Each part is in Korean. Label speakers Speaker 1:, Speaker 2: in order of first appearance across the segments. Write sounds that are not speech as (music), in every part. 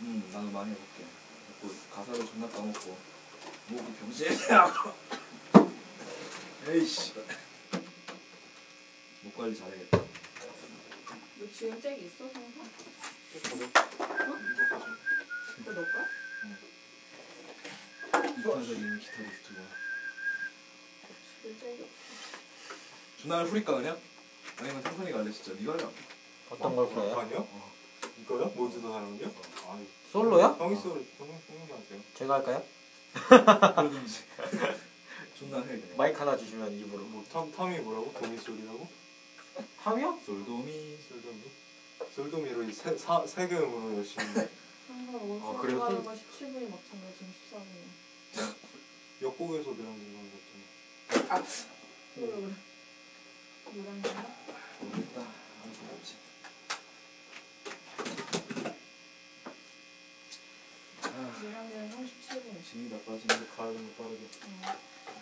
Speaker 1: 응, 나도 많이 해볼게. 뭐, 가사를 존나 까먹고. 목이 병신이야. (laughs) 에이씨. 목 관리 잘해야겠다.
Speaker 2: 너뭐 지금 잭 있어 성사? 그거 넣을 거야?
Speaker 1: 이탄적인 기타리스트가.
Speaker 2: 지금 잭이 없어.
Speaker 1: 준하를 후릴까 그냥? 아니면 성선이가 할래 진짜. 네가 할래?
Speaker 3: 어떤 걸 불러요?
Speaker 4: 아니요?
Speaker 1: 어.
Speaker 4: 이거요? 몬스터 사랑이요? 아니
Speaker 3: 솔로요?
Speaker 4: 형이 소리 형이 형이 하세요
Speaker 3: 제가 할까요?
Speaker 1: 그러든지. (laughs) 존나 해 그냥.
Speaker 3: 마이크 하나 주시면 입으로
Speaker 4: 뭐탐 탐이 뭐라고? 도미 소리라고?
Speaker 3: 함이요?
Speaker 1: 솔도미.
Speaker 4: 솔도미? 솔도미로 세세
Speaker 3: (laughs)
Speaker 4: 개음으로 열심히
Speaker 2: 성사 오늘
Speaker 1: 아, 어. 그래요?
Speaker 2: 들어가는 거 17분이 막찬가 지금 14분이야.
Speaker 4: 역곡에서 그냥 듣는 것
Speaker 2: 그래 그래. 노란 거.
Speaker 1: 모르겠다. 안 좋지. 아,
Speaker 2: 11년 37분.
Speaker 1: 진이 나빠지는
Speaker 4: 같아. 가야 되면 빠르게.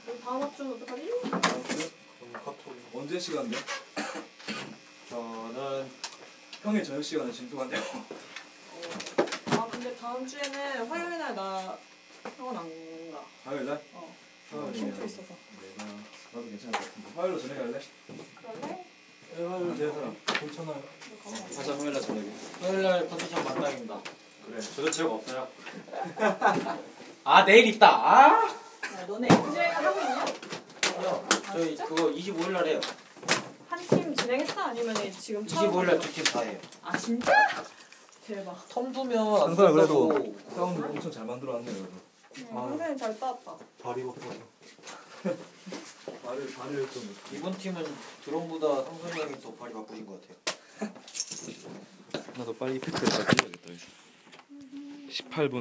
Speaker 2: 우리 다음 학주는 어떡하지?
Speaker 4: 그럼 카톡이.
Speaker 1: 언제 시간인데?
Speaker 3: 저는
Speaker 1: 평일 저녁 시간에 진도한대.
Speaker 2: 어. 아 근데 다음 주에는 화요일 날나 학원 안 가.
Speaker 1: 화요일 날?
Speaker 2: 어.
Speaker 1: 화요일이면
Speaker 2: 캠프 있어서.
Speaker 1: 아, 네. 내가 나도 괜찮을 것 같은데. 화요일로 저녁에 할래?
Speaker 2: 그럴래?
Speaker 3: 화요일
Speaker 1: 제 사람.
Speaker 4: 괜찮아요.
Speaker 2: 너 가면 안 돼.
Speaker 3: 다시 화요일날 저녁에 화요일날 컨디션 만땅입니다
Speaker 1: 그래.
Speaker 3: 저도 제가 없어요 (laughs) 아 내일 있다 아
Speaker 2: 야, 너네 엔젤 하고 있냐?
Speaker 3: 아니요 저희
Speaker 2: 진짜?
Speaker 3: 그거 25일날 해요
Speaker 2: 한 팀 진행했어? 아니면 지금 처음?
Speaker 3: 25일날 두 팀 다 해요
Speaker 2: 아 진짜? 대박.
Speaker 3: 텀 두면
Speaker 1: 항상 그래도 사운드 엄청 잘 만들어놨네 여러분.
Speaker 2: 선생님 잘 따왔다.
Speaker 4: 발이 바빠서.
Speaker 1: 발을 발을 좀.
Speaker 3: 이번 팀은 드론보다 성선이 형이 더 발이 바쁘신 것 같아요
Speaker 1: 나도 빨리 이펙트를 잘 찍어야겠다. 18분.